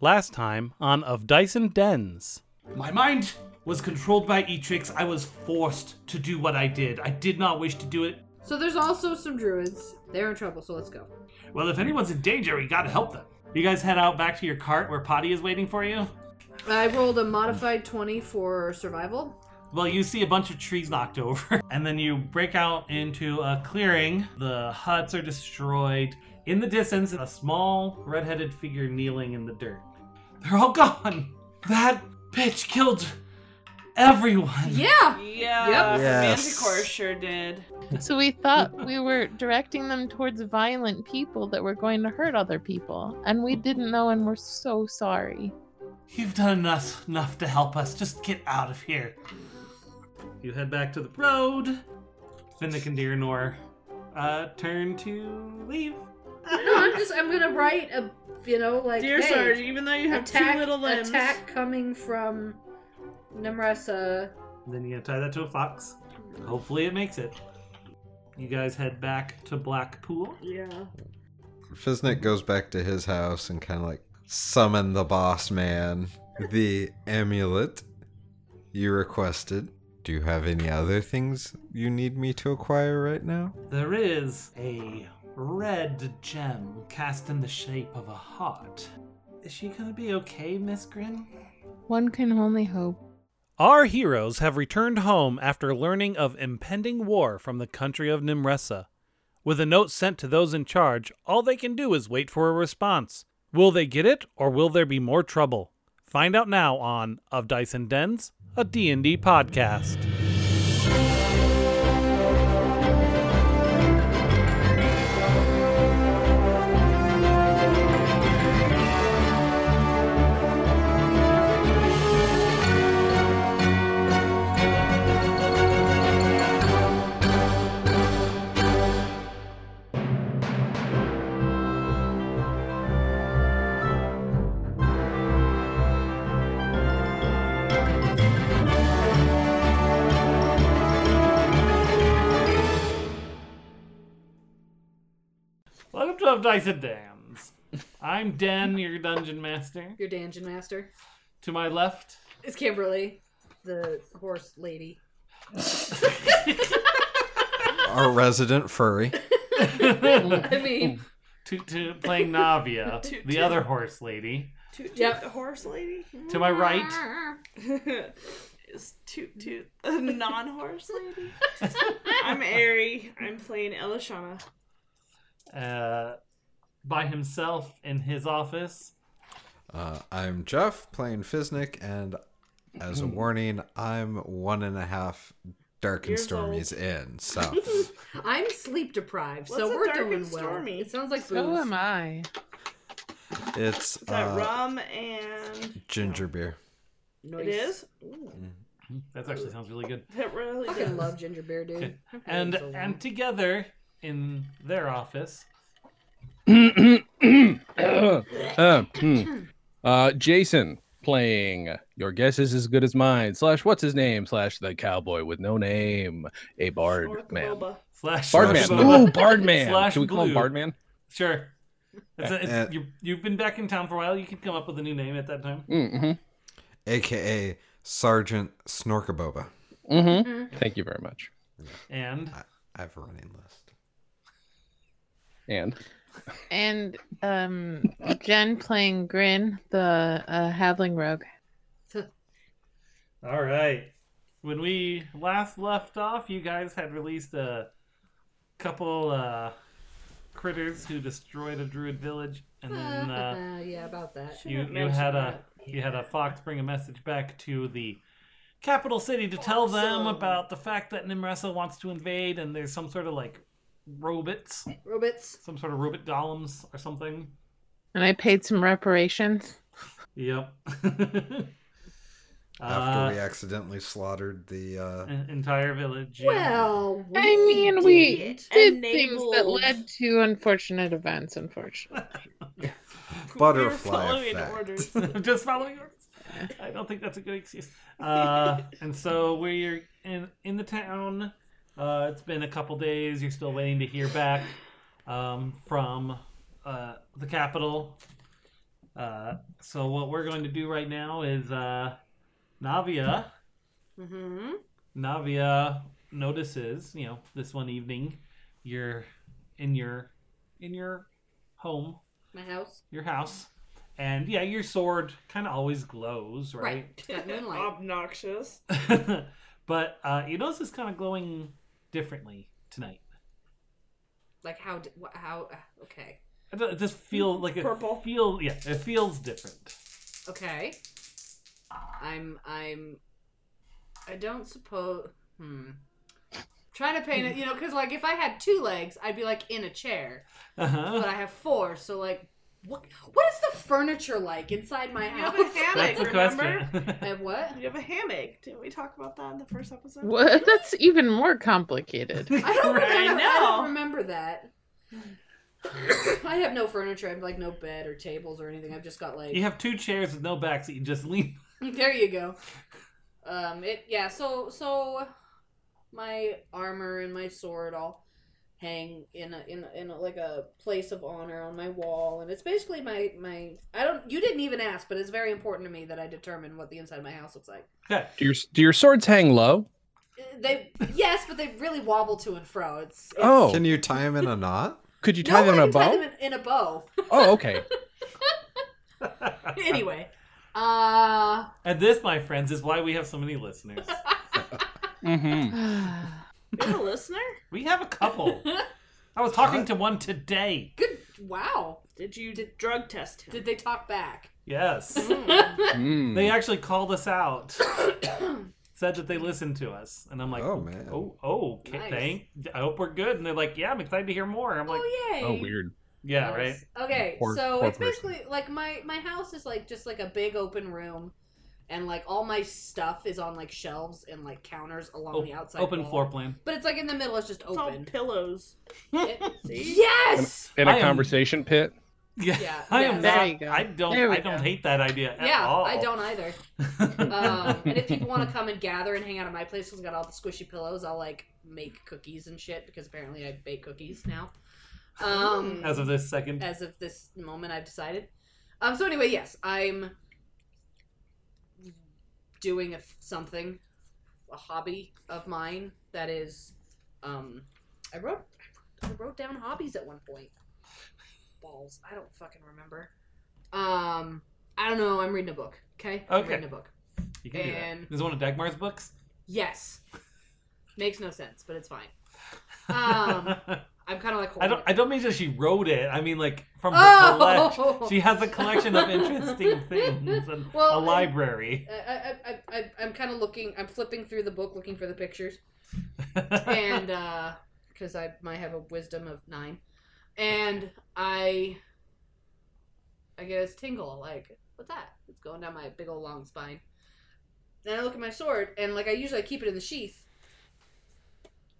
last time on Of Dyson Dens. My mind was controlled by Etrix. I was forced to do what I did. I did not wish to do it. So there's also some druids. They're in trouble, so let's go. Well, if anyone's in danger, we gotta help them. You guys head out back to your cart where Potty is waiting for you. I rolled a modified 20 for survival. Well, you see a bunch of trees knocked over, and then you break out into a clearing. The huts are destroyed. In the distance, a small red-headed figure kneeling in the dirt. They're all gone. That bitch killed everyone. Yeah! Yeah, Yep. Yes. Manticore sure did. So we thought we were directing them towards violent people that were going to hurt other people, and we didn't know, and we're so sorry. You've done enough, enough to help us. Just get out of here. You head back to the road. Finnick and Deernor uh, turn to leave. No, I'm just, I'm gonna write a, you know, like, Dear hey, Sarge, even though you have attack, two little limbs, attack coming from Nemresa. Then you gotta tie that to a fox. Hopefully it makes it. You guys head back to Blackpool. yeah, Fiznik goes back to his house and kind of like summon the boss man, the amulet you requested. Do you have any other things you need me to acquire right now? There is a red gem cast in the shape of a heart. Is she gonna be okay, Miss Grin? One can only hope. Our heroes have returned home after learning of impending war from the country of Nimressa. With a note sent to those in charge, all they can do is wait for a response. Will they get it, or will there be more trouble? Find out now on Of Dyson Dens, a D&D podcast. Welcome to Of Dice and Dams. I'm Dan, your dungeon master. Your dungeon master. To my left, It's Kimberly, the horse lady. Our resident furry. I mean, to, to playing Navia, Toot the toot. other horse lady. toot toot Yep. the horse lady. To my Oh, right, is toot toot the non-horse lady. I'm Airy. I'm playing Elishana. uh, by himself in his office. Uh, I'm Jeff playing Fiznik, and as a warning, I'm one and a half dark and Years stormies in. So I'm sleep deprived, so What's a we're dark doing and well. stormy? It sounds like So booze. am I. it's Is that uh, rum and ginger beer. Nice. it is? Ooh, That actually sounds really good. that really I fucking does. love ginger beer, dude. And It's so and together in their office, hmm. Uh, hmm. Uh, Jason playing Your Guess is As Good as Mine, slash What's His Name, slash The Cowboy with No Name, a Orca Bard Man. boba. slash Bardman. Boba. Ooh, Bardman. Slash Should we call him blue. Bardman? Sure. It's a, it's, Uh, you, you've been back in town for a while. You could come up with a new name at that time. Mm-hmm. aka Sergeant Snorkaboba. Mm-hmm. Thank you very much. And I have a running list. And And um, Jen playing Grin, the uh, Havling Rogue. all right, when we last left off, you guys had released a couple uh, critters who destroyed a druid village, and then. Uh, yeah, about that. Shouldn't you have you mentioned had a that. you had a fox bring a message back to the capital city to tell them uh, Foxo. about the fact that Nimresa wants to invade and there's some sort of like robots, Robots. some sort of robot golems or something. And I paid some reparations. Yep. After Uh, we accidentally slaughtered the uh, en- entire village. yeah. Well, I mean, we did. did things that Enabled. led to unfortunate events, unfortunately. Butterfly We're following effect. orders. just following yours. I don't think that's a good excuse. Uh, and so we're in in the town. Uh, it's been a couple days. You're still waiting to hear back um, from uh, the capital. Uh, so what we're going to do right now is uh, Navia. Mm-hmm. Navia notices, you know, this one evening, you're in your in your home, My house. your house, and yeah, your sword kind of always glows, right? It's got Um, moonlight. Obnoxious. but uh, you notice it's kind of glowing differently tonight. like how? d- wha- How? uh, Okay. It do- it just feel like it Purple. feel yeah, it feels different. Okay. I'm. I'm. I don't suppose. Hmm. Trying to paint it, you know, because like if I had two legs, I'd be like in a chair, but Uh-huh. I have four, so like, what? What is the furniture like inside my You have house? a That's hammock, the remember? I question. have what? You have a hammock. Didn't we talk about that in the first episode? What? That's even more complicated. I don't Right, remember. I, I don't know. remember that. I have no furniture. I have like no bed or tables or anything. I've just got like you have two chairs with no backs that you just lean. there you go. Um, it yeah. So so my armor and my sword all hang in a in a, in a, like a place of honor on my wall, and it's basically my my. I don't. You didn't even ask, but it's very important to me that I determine what the inside of my house looks like. Okay. Do your do your swords hang low? Uh, They yes, but they really wobble to and fro. It's, it's Oh, Can you tie him in a knot? could you No, tie them I in can a tie bow? them in, in a bow. Oh, okay. anyway, uh, And this, my friends, is why we have so many listeners. hmm You That's have a listener? We have a couple. I was talking to one today. good. Wow. Did you drug test him? Did they talk back? Yes. Mm. They Oh, actually called us out. Said that they listened to us. And I'm like, Oh, oh, man. Oh, oh okay, Nice. thank. I hope we're good. And they're like, yeah, I'm excited to hear more. I'm like, oh yay! Oh, weird. yeah, Nice. right. Okay, Poor- so poor it's basically like my my house is like just like a big open room, and like all my stuff is on like shelves and like counters along Oh, the outside. Open wall. floor plan. But it's like in the middle. It's just It's all open. pillows. It- See? yes. In a I am- conversation pit. Yeah. Yeah, I yeah. am There not, you go. I don't There we I don't go. hate that idea at Yeah, all. I don't either. Um, and if people want to come and gather and hang out at my place, 'cause I got all the squishy pillows. I'll like make cookies and shit because apparently I bake cookies now. Um, As of this second. as of this moment I've decided. Um so anyway, yes, I'm doing a, something a hobby of mine that is um I wrote I wrote down hobbies at one point. Balls, I don't fucking remember. Um I don't know, I'm reading a book, okay? I'm Okay. reading a book. You can do that. and- This is one of Dagmar's books. Yes. Makes no sense, but it's fine. Um I'm kind of like I don't I don't mean that she wrote it. I mean like from her collection. Oh! She has a collection of interesting things and Well, a I- library. I, I, I, I, I'm kind of looking. I'm flipping through the book, looking for the pictures, and because I might have a wisdom of nine, and I, I get this tingle. Like, what's that? It's going down my big old long spine. Then I look at my sword, and like I usually keep it in the sheath,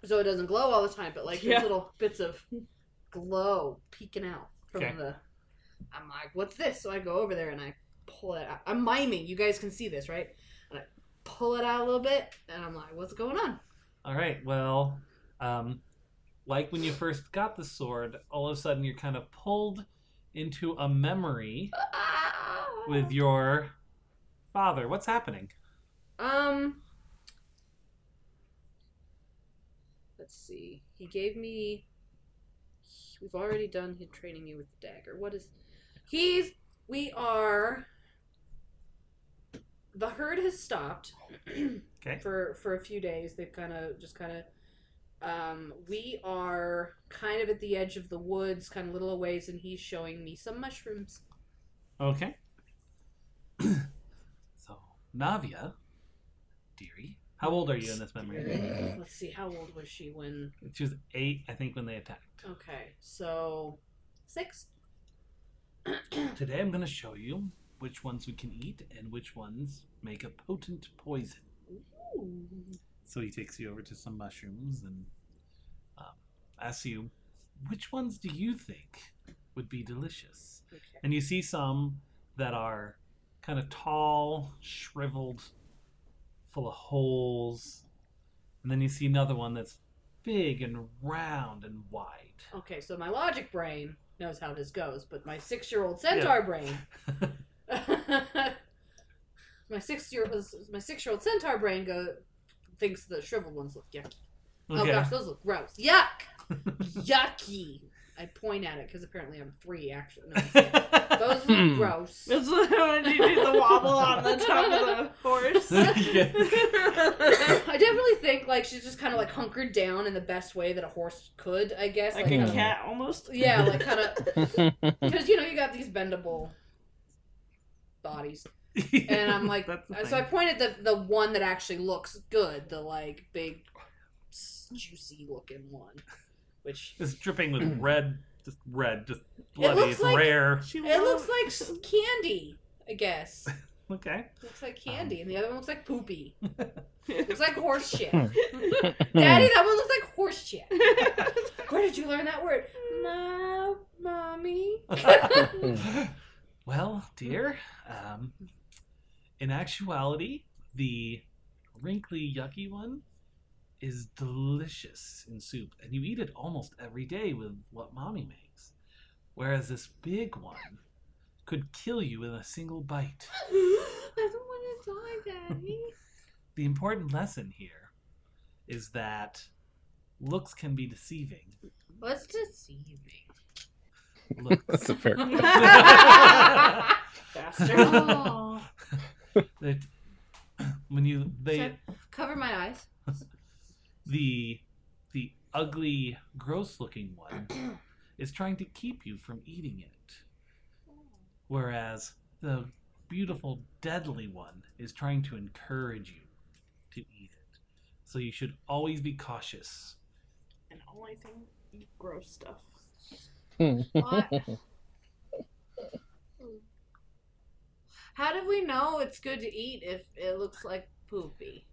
so it doesn't glow all the time. But like Yeah. there's little bits of glow peeking out from Okay. the. I'm like, what's this? So I go over there and I pull it out. I'm miming. You guys can see this, right? And I pull it out a little bit, and I'm like, what's going on? All right. Well, um, like when you first got the sword, all of a sudden you're kind of pulled into a memory Ah. with Oh. your father. What's happening? Um. Let's see. He gave me. We've already done him training me with the dagger. What is. He's. We are. The herd has stopped. Okay. For for a few days, they've kind of just kind of. Um, we are kind of at the edge of the woods, kind of little a ways, and he's showing me some mushrooms. Okay. so, Navia, dearie, how old are you in this memory? Let's see, how old was she when She was eight, I think, when they attacked. Okay, so six. Today I'm going to show you which ones we can eat and which ones make a potent poison. So he takes you over to some mushrooms and um, asks you, which ones do you think would be delicious? Okay. And you see some that are kind of tall, shriveled, full of holes. And then you see another one that's big and round and wide. Okay, so my logic brain knows how this goes, but my six-year-old centaur brain, my six-year uh, my six-year-old centaur brain go thinks the shriveled ones look yucky. Oh Okay. gosh, those look gross. Yuck, yucky. I point at it because apparently I'm three. Actually, no, I'm six. those look gross. That's when you do the wobble on the top of the horse. I definitely think like she's just kind of like hunkered down in the best way that a horse could, I guess. like kinda- a cat almost. Yeah, like kind of because you know you got these bendable bodies, and I'm like, uh, That's the so I thing. pointed the the one that actually looks good, the like big, s- juicy looking one, which It's dripping with red, just red, just bloody. looks it's like- rare. She it looks won't. like s- candy, I guess. Okay. Looks like candy, and the other one looks like poopy. Looks like horse shit. Daddy. Daddy, that one looks like horse shit. Where did you learn that word? No, mommy. well, dear, um, in actuality, the wrinkly, yucky one is delicious in soup, and you eat it almost every day with what mommy makes. Whereas this big one could kill you in a single bite. I don't want to die, Daddy. The important lesson here is that looks can be deceiving. What's deceiving? That's Looks. a fair. Faster. Oh, That- when you they Sorry. cover my eyes. the the ugly, gross looking one is trying to keep you from eating it. Whereas the beautiful, deadly one is trying to encourage you to eat it. So you should always be cautious. and all I think eat gross stuff. Hmm. What? How do we know it's good to eat if it looks like poopy?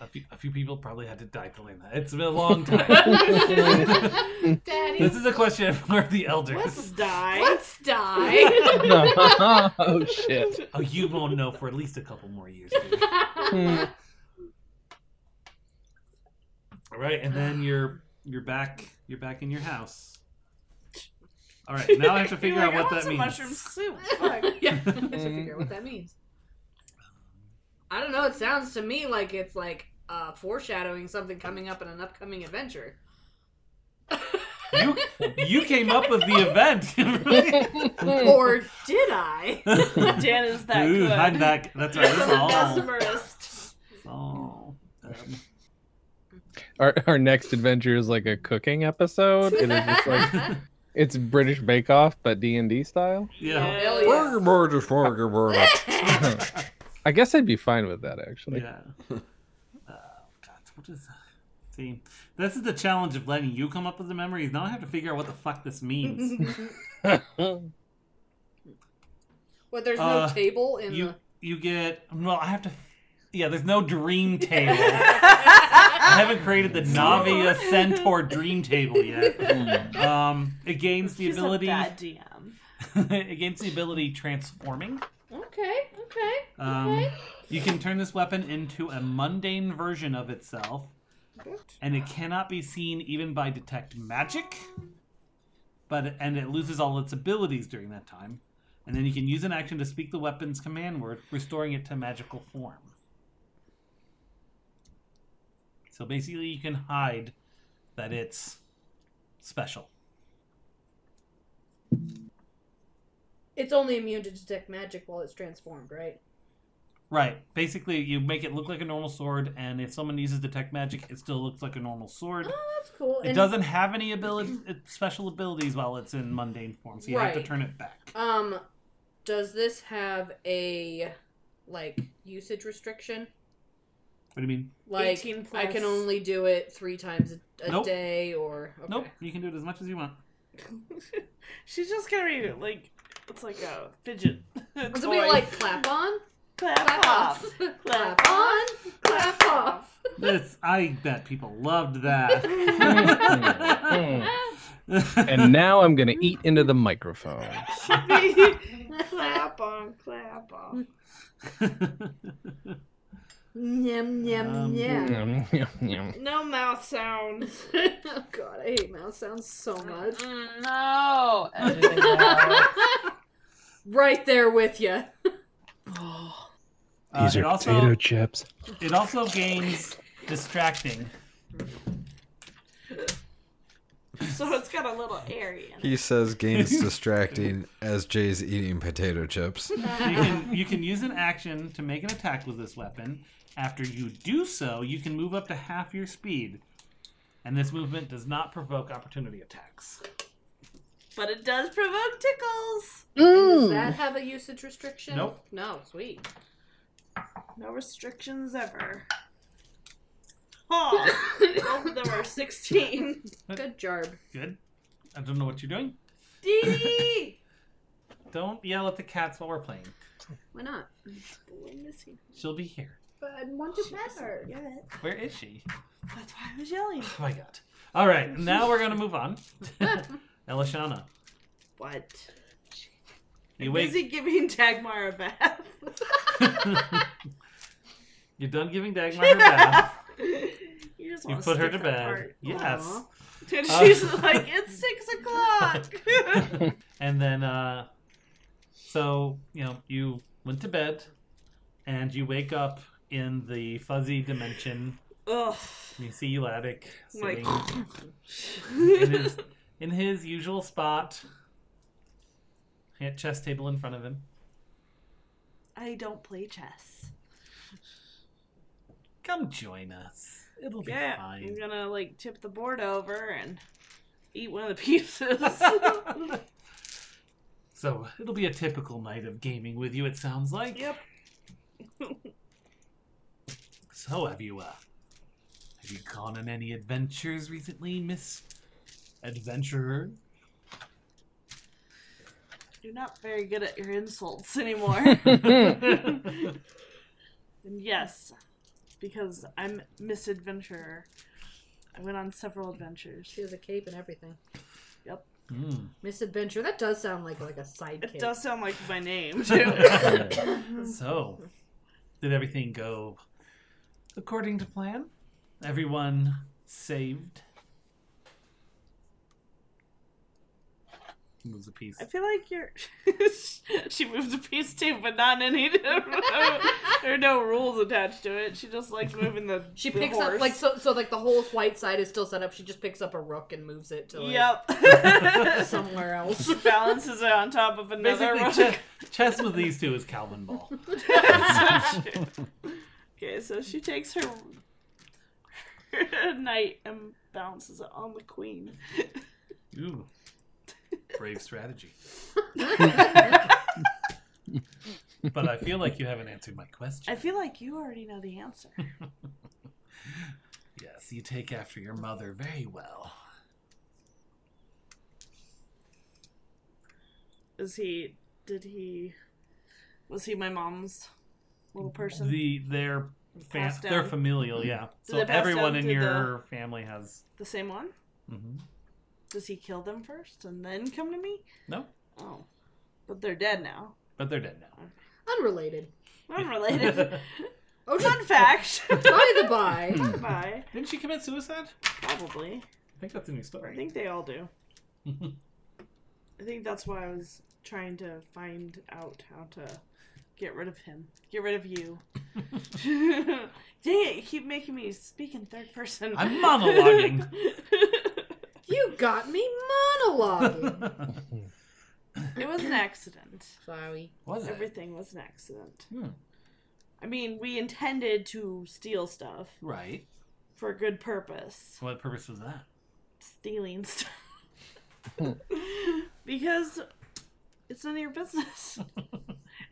A few, a few people probably had to die to learn that. It's been a long time. Daddy, this is a question for the elders. Let's die. let's die. oh shit. Oh, you won't know for at least a couple more years. dude. All right, and then you're you're back you're back in your house. All right, now I have to You're figure out like, I what want that some means. Mushroom soup. Fuck. Yeah, I should figure out what that means. I don't know. It sounds to me like it's like uh, foreshadowing something coming up in an upcoming adventure. You you came up with the event. Or did I? Dan is that Ooh, good. I'm back. That's right. He's This the is all. mesmerist. it's all, um, Our our next adventure is like a cooking episode. It is just like it's British Bake Off, but D and D style. yeah. Hell Yeah. Burger, burger, burger, burger. I guess I'd be fine with that actually. Yeah. Uh, God, what is See, this is the challenge of letting you come up with the memories. Now I have to figure out what the fuck this means. But there's no Uh, table in you the. you get well. I have to. Yeah, there's no dream table. I I haven't created the Navia Centaur Dream Table yet. Hmm. Um, it gains the ability. A bad DM. it gains the ability transforming. Okay, okay. Um, You can turn this weapon into a mundane version of itself, and it cannot be seen even by detect magic. But and it loses all its abilities during that time, and then you can use an action to speak the weapon's command word, restoring it to magical form. So basically, you can hide that it's special. It's only immune to detect magic while it's transformed, right? Right. Basically, you make it look like a normal sword, and if someone uses detect magic, it still looks like a normal sword. Oh, that's cool. It doesn't have any ability, special abilities while it's in mundane form, so you have to Right. turn it back. Um, does this have a like usage restriction? What do you mean? Like 18 I can plus. only do it three times a, a Nope. day, or okay. Nope, you can do it as much as you want. She's just gonna read it like it's like a fidget. Does it toy. be like clap on, clap, clap off, off, clap on, clap off? This, I bet people loved that. and now I'm gonna eat into the microphone. Should Uh, be clap on, clap off. Yum, yum, Um, yum. Yum, yum, yum. No mouth sounds. oh god, I hate mouth sounds so much. Mm, No. Editing out. right there with you. Uh, it, also, chips. it also gains distracting. So it's got a little airy in it. He says gains distracting as Jay's eating potato chips. You can, you can use an action to make an attack with this weapon. After you do so, you can move up to half your speed. And this movement does not provoke opportunity attacks. But it does provoke tickles. Does Hmm. Mm. that have a usage restriction? Nope. No, sweet. No restrictions ever. Oh, both of them are 16. Good job. Good. I don't know what you're doing. Dee Dee! Don't yell at the cats while we're playing. Why not? She'll be here. But I want to pet her. Yeah, Where is she? that's why I was yelling. Oh my god. All right, now we're gonna move on. Elishana, What? you Busy wake. giving Dagmar a bath. You're done giving Dagmar her bath. You, just You wanna put her skip to that bed. part. Yes. Aw. And Uh, she's like, it's six o'clock. And then, uh, so you know, you went to bed, and you wake up in the fuzzy dimension. Ugh. You see Laddick sitting Like- in his in his usual spot, at chess table in front of him. I don't play chess. Come join us. It'll be Yeah, I'm fine. gonna like tip the board over and eat one of the pieces. so it'll be a typical night of gaming with you. It sounds like. yep. So have you, uh, have you gone on any adventures recently, Miss Adventurer? You're not very good at your insults anymore. Mm-hmm. and Hmm. yes, because I'm misadventurer. I went on several adventures. She has a cape and everything. Hmm. Misadventure. That does sound like like a sidekick. It does sound like my name too. so, did everything go according to plan? Everyone saved. Was a piece. I feel like you're. she moved a piece too, but not any. there are no rules attached to it. She just likes moving the. She the picks horse. up like so so like the whole white side is still set up. She just picks up a rook and moves it to like Yep. somewhere else. She balances it on top of another Basically, rock. chess, chess with these two is Calvin Ball. okay, so she takes her, her knight and balances it on the queen. Ooh, brave strategy. But I feel like you haven't answered my question. I feel like you already know the answer. Yes, you take after your mother very well. Is he? Did he? Was he my mom's little person? The their fam- Passed their down. familiar, yeah. So they pass everyone down in to your family has. the same one? hmm Does he kill them first and then come to me? No, Oh, but they're dead now. but they're dead now. Unrelated. Unrelated. Oh, just Fun fact. by the by. Bye. Didn't she commit suicide? Probably. I think that's a new I story. think they all do. I think that's why I was trying to find out how to get rid of him. Get rid of you. Dang it, you keep making me speak in third person. I'm monologuing. You got me monologuing. it was an accident. Sorry. Was it? Everything was an accident. Hmm. I mean, we intended to steal stuff Right. for a good purpose. What purpose was that? Stealing stuff. because it's none of your business.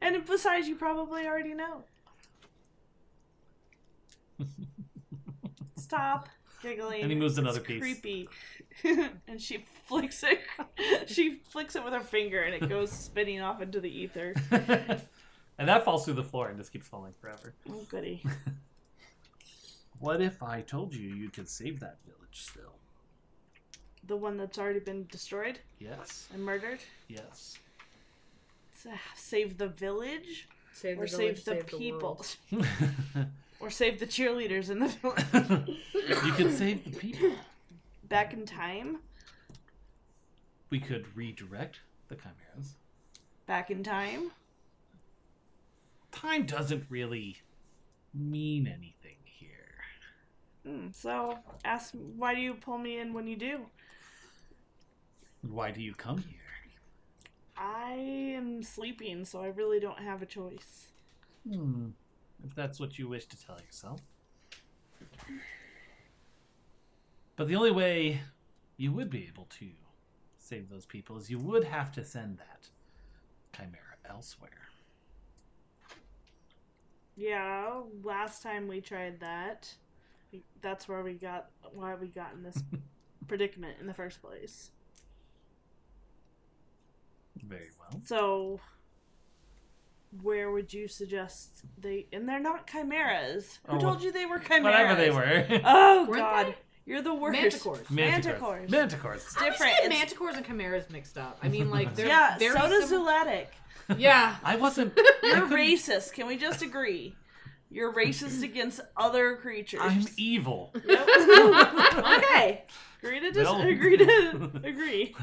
and besides, you probably already know. Stop giggling. And he moves It's another piece. Creepy. and she flicks it. she flicks it with her finger, and it goes spinning off into the ether. and that falls through the floor and just keeps falling forever. Oh goody! What if I told you you could save that village still? The one that's already been destroyed Yes. and murdered. Yes. Sa- Save the village Save or village, save the world. people. Or save the cheerleaders in the village. You could save the people. Back in time. We could redirect the chimeras. Back in time. Time doesn't really mean anything here. Mm, so ask why do you pull me in when you do? Why do you come here? I am sleeping, so I really don't have a choice. Hmm. If that's what you wish to tell yourself. But the only way you would be able to save those people is you would have to send that chimera elsewhere. Yeah, last time we tried that, that's where we got why we got in this predicament in the first place. Very well. So, where would you suggest they? And they're not chimeras. Who Oh, told you they were chimeras? Whatever they were. Oh Weren't God, they? you're the worst. Manticores. Manticores. Manticores. Manticores. Different. I always get It's- manticores and chimeras mixed up. I mean, like they're yeah, very so does sim- zooletic. yeah. I wasn't. You're I couldn't- racist. Can we just agree? You're racist against other creatures. I'm e- evil. Yep. okay. Agree to dis- Well. agree to agree.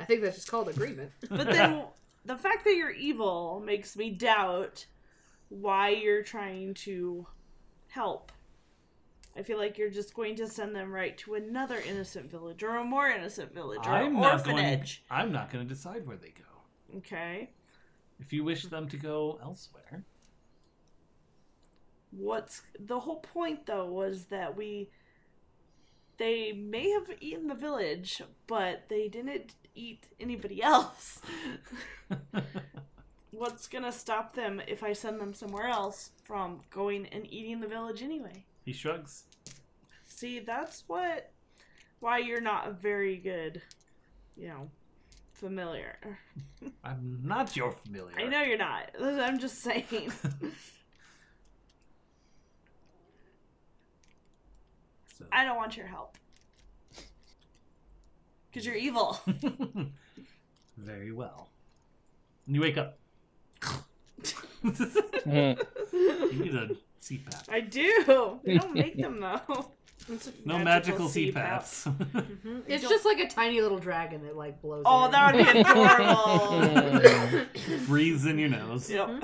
I think that's just called agreement. But then the fact that you're evil makes me doubt why you're trying to help. I feel like you're just going to send them right to another innocent village or a more innocent village or I'm an not going. orphanage. I'm not going to decide where they go. Okay. If you wish them to go elsewhere, What's the whole point though was that we they may have eaten the village, but they didn't eat anybody else. What's gonna stop them if I send them somewhere else from going and eating the village anyway? he shrugs. See, that's what why you're not a very good, you know, familiar. I'm not your familiar. I know you're not. I'm just saying. So. I don't want your help. Cuz you're evil. Very well. And you wake up. you Mm. need a CPAP. I do. They don't make them though. No magical, Magical CPAPs. It's just like a tiny little dragon that like blows. Oh, air. that would be adorable. Breathes in your nose. yep.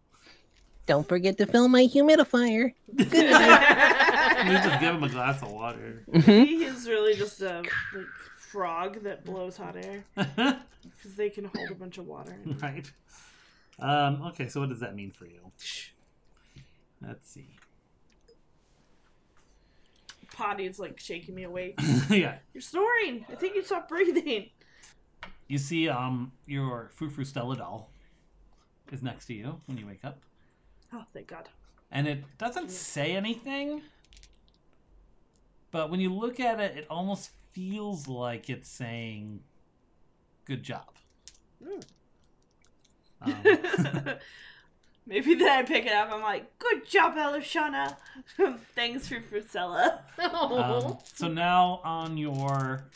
Don't forget to fill my humidifier. You just give him a glass of water. he is really just a like, frog that blows hot air because they can hold a bunch of water. right. Um, okay, so what does that mean for you? Let's see. Potty is like shaking me awake. yeah. You're snoring. I think you stopped breathing. You see um your Fufu Stella doll is next to you when you wake up. Oh, thank God. and it doesn't say anything but when you look at it it almost feels like it's saying good job um, Maybe then I pick it up. I'm like, good job, Elishana. Thanks for Frusella. um, so now on your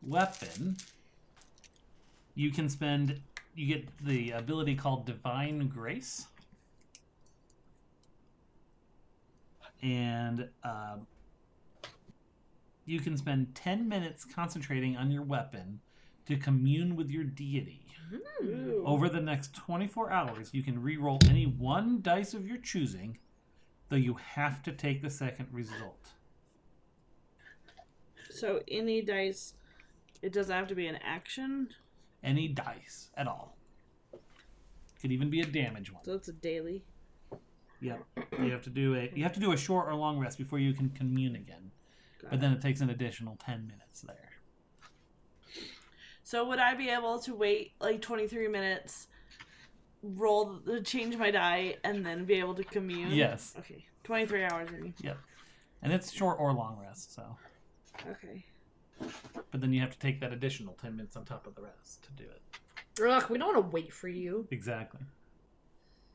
weapon you can spend you get the ability called divine grace and um, you can spend 10 minutes concentrating on your weapon to commune with your deity over the next 24 hours you can re-roll any one dice of your choosing though you have to take the second result So any dice, it doesn't have to be an action. any dice at all. Could even be a damage one. So it's a daily. Yep. You have to do a you have to do a short or long rest before you can commune again. But then it takes an additional ten minutes there. So would I be able to wait like 23 minutes, roll, change my die, and then be able to commune? Yes. Okay. 23 hours. I mean. Yep. And it's short or long rest, so Okay. but then you have to take that additional ten minutes on top of the rest to do it. Ugh, we don't want to wait for you. Exactly.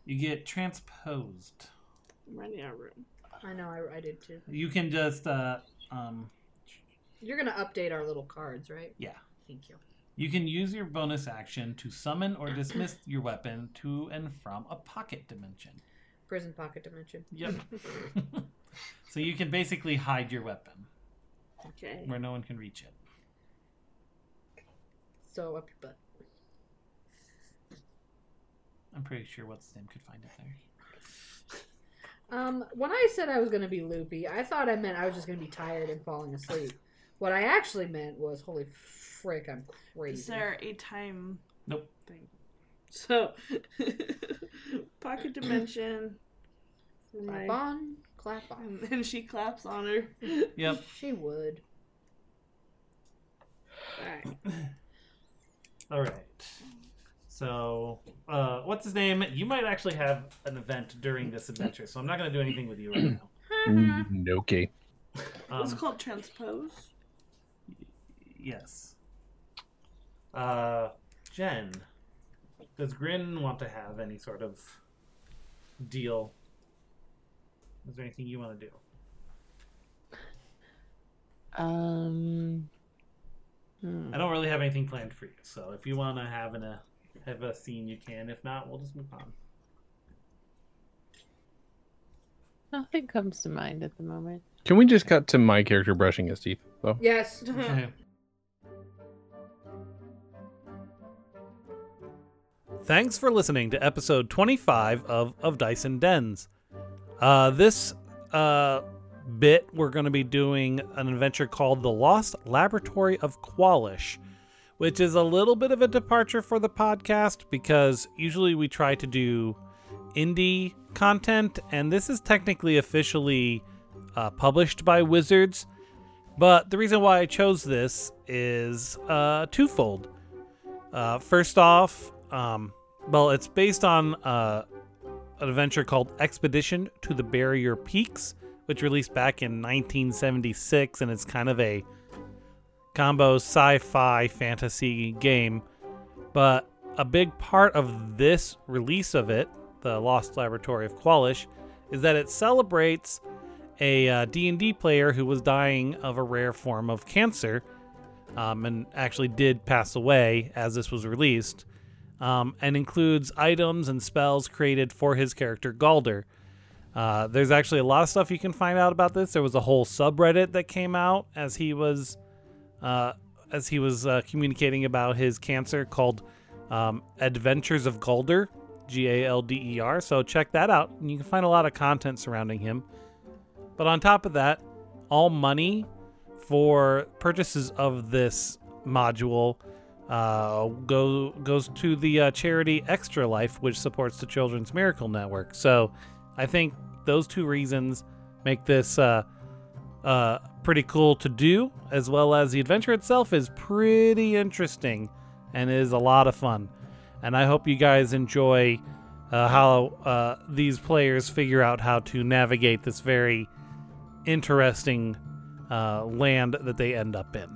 You get transposed. I'm running out of room. I know, I, I did too. You can just uh um You're gonna update our little cards, right? yeah. Thank you. You can use your bonus action to summon or dismiss your weapon to and from a pocket dimension. Prison pocket dimension. Yep. so you can basically hide your weapon Okay. where no one can reach it. So up your butt. I'm pretty sure what's his name could find it there. Um, when I said I was going to be loopy, I thought I meant I was just going to be tired and falling asleep. What I actually meant was, holy frick, I'm crazy. Is there a time? Nope. Thing. So, pocket dimension. for Clap my- on, clap on. and then she claps on her. Yep. She would. Alright. All right. So, uh, what's his name? You might actually have an event during this adventure, so I'm not going to do anything with you right now. Mm, okay. it's Um, called transpose. yes. Uh, Jen, does Grin want to have any sort of deal? Is there anything you want to do? Um. hmm. I don't really have anything planned for you, so if you want to have an, a have a scene, you can. If not, we'll just move on. Nothing comes to mind at the moment. Can we just cut to my character brushing his teeth? Though? Yes. Thanks for listening to episode 25 of Of Dyson Dens. Uh, this uh, bit, we're going to be doing an adventure called The Lost Laboratory of Qualish, which is a little bit of a departure for the podcast because usually we try to do indie content, and this is technically officially uh, published by Wizards. But the reason why I chose this is uh, twofold. Uh, first off, um, well, it's based on uh, an adventure called Expedition to the Barrier Peaks, which released back in 1976, and it's kind of a combo sci fi fantasy game. But a big part of this release of it, The Lost Laboratory of Qualish, is that it celebrates a uh, D&D player who was dying of a rare form of cancer um, and actually did pass away as this was released, um, and includes items and spells created for his character Galder. Uh, there's actually a lot of stuff you can find out about this. There was a whole subreddit that came out as he was uh, as he was uh, communicating about his cancer called um, Adventures of Galder, G A L D E R. So check that out, and you can find a lot of content surrounding him. But on top of that, all money for purchases of this module uh, go goes to the uh, charity Extra Life, which supports the Children's Miracle Network. So, I think those two reasons make this uh, uh, pretty cool to do, as well as the adventure itself is pretty interesting and is a lot of fun. And I hope you guys enjoy uh, how uh, these players figure out how to navigate this very interesting uh, land that they end up in.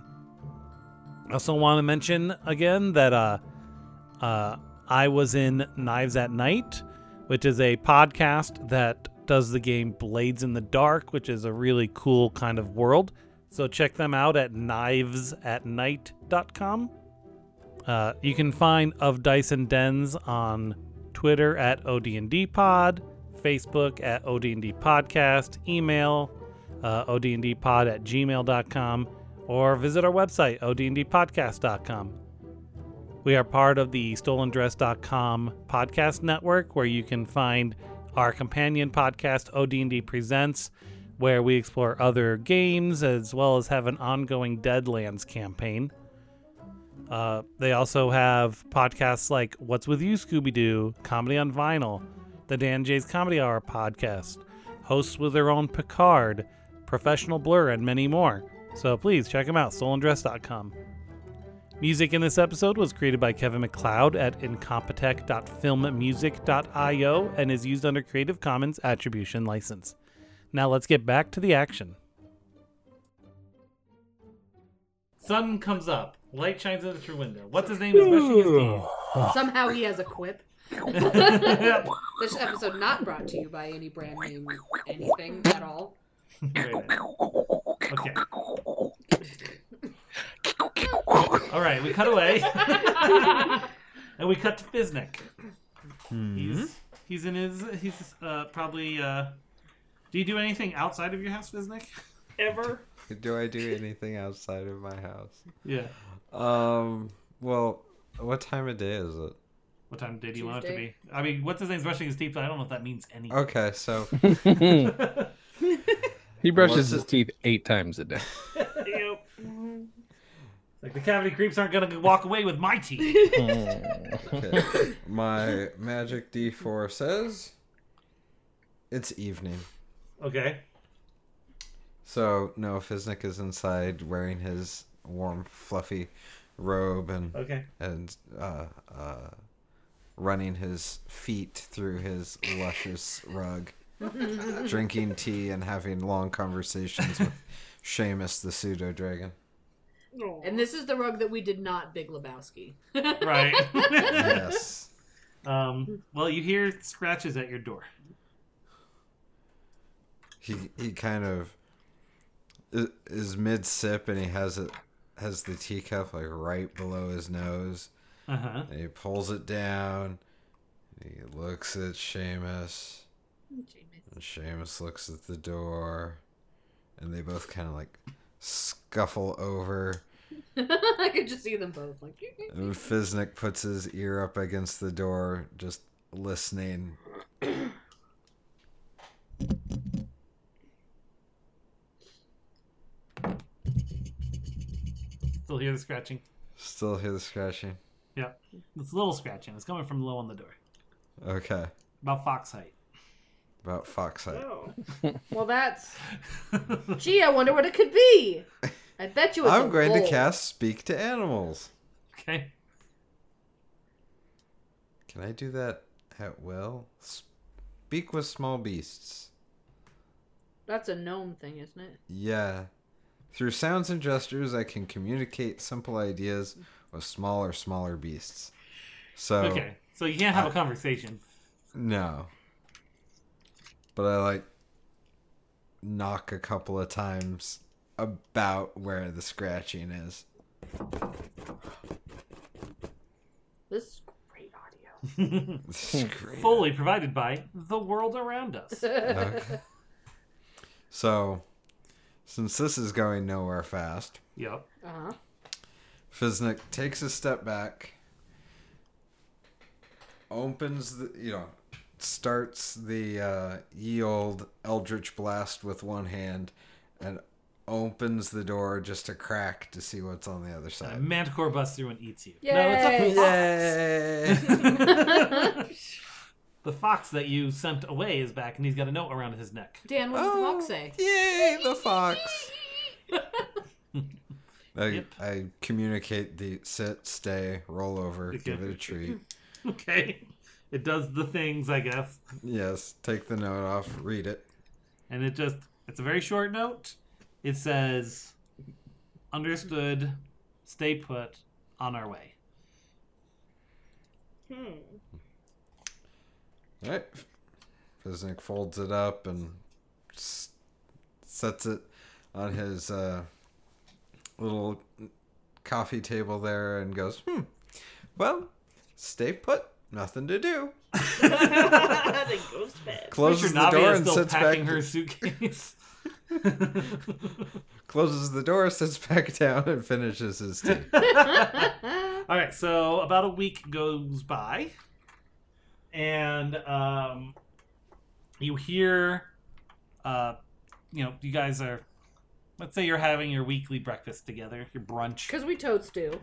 I also want to mention again that uh, uh, I was in Knives at Night, which is a podcast that does the game Blades in the Dark, which is a really cool kind of world. So check them out at knivesatnight.com. Uh, you can find Of Dice and Dens on Twitter at OD&D Pod, Facebook at OD&D Podcast, email uh, odndpod at gmail.com or visit our website odndpodcast.com we are part of the stolendress.com podcast network where you can find our companion podcast odnd presents where we explore other games as well as have an ongoing deadlands campaign uh, they also have podcasts like what's with you scooby-doo comedy on vinyl the dan jay's comedy hour podcast hosts with their own picard Professional Blur, and many more. So please check them out, stolendress.com. Music in this episode was created by Kevin McLeod at incompetech.filmmusic.io and is used under Creative Commons Attribution License. Now let's get back to the action. Sun comes up. Light shines in through window. What's his name is brushing his teeth. Somehow he has a quip. This episode not brought to you by any brand name anything at all. Very nice. Okay. All right, we cut away, and we cut to Fiznik. He's he's in his he's uh, probably. Uh, do you do anything outside of your house, Fiznik? Ever. Do I do anything outside of my house? Yeah. Um. Well, what time of day is it? What time did you want it to be? Tuesday. I mean, what's his name's brushing his teeth, but I don't know if that means anything. Okay, so he brushes his teeth eight times a day. Yep. Like the cavity creeps aren't gonna walk away with my teeth. okay. my magic D4 says it's evening. Okay. So no, Fiznik is inside wearing his warm, fluffy robe and Okay. and uh, uh, running his feet through his luscious rug, drinking tea and having long conversations with Seamus the pseudo dragon. Aw. And this is the rug that we did not Big Lebowski. Right. Yes. um, well, you hear scratches at your door. he he kind of i- is mid sip and he has it has the teacup like right below his nose Uh huh. and he pulls it down and he looks at Seamus and Seamus looks at the door and they both kind of like scuffle over I could just see them both like. and Fiznik puts his ear up against the door just listening Still hear the scratching. still hear the scratching It's a little scratching. It's coming from low on the door, okay about fox height. about fox height Oh. Well, that's. Gee, I wonder what it could be. I bet you. It's I'm a going to bull. cast speak to animals Okay. Can I do that at will? Speak with small beasts. That's a gnome thing, isn't it? Yeah. Through sounds and gestures, I can communicate simple ideas with smaller, smaller beasts. So, Okay. So you can't have a conversation. no. But I like knock a couple of times about where the scratching is. This is great audio. Scream. Fully provided by the world around us. Okay. So, since this is going nowhere fast, Yep. Uh huh. Fiznik takes a step back, opens the, you know, starts the uh, ye old Eldritch Blast with one hand, and opens the door just a crack to see what's on the other A side. manticore busts through and eats you. Yay! No, Yay! it's a fox. the fox that you sent away is back, and he's got a note around his neck. Dan, what does the fox say? Yay, the fox! I, Yep. I communicate the sit, stay, roll over, give it a treat. Okay. It does the things, I guess. yes, take the note off, read it. and it just it's a very short note it says understood stay put on our way Hmm. All right. Fiznik folds it up and s- sets it on his uh, little coffee table there and goes, hmm, well, stay put. Nothing to do. then goes to bed. Closes Picture the Navia door is and still sits back. packing her suitcase Closes the door, sits back down, and finishes his tea. all right so about a week goes by and um, you hear uh, you know you guys are let's say you're having your weekly breakfast together your brunch Because we toads do.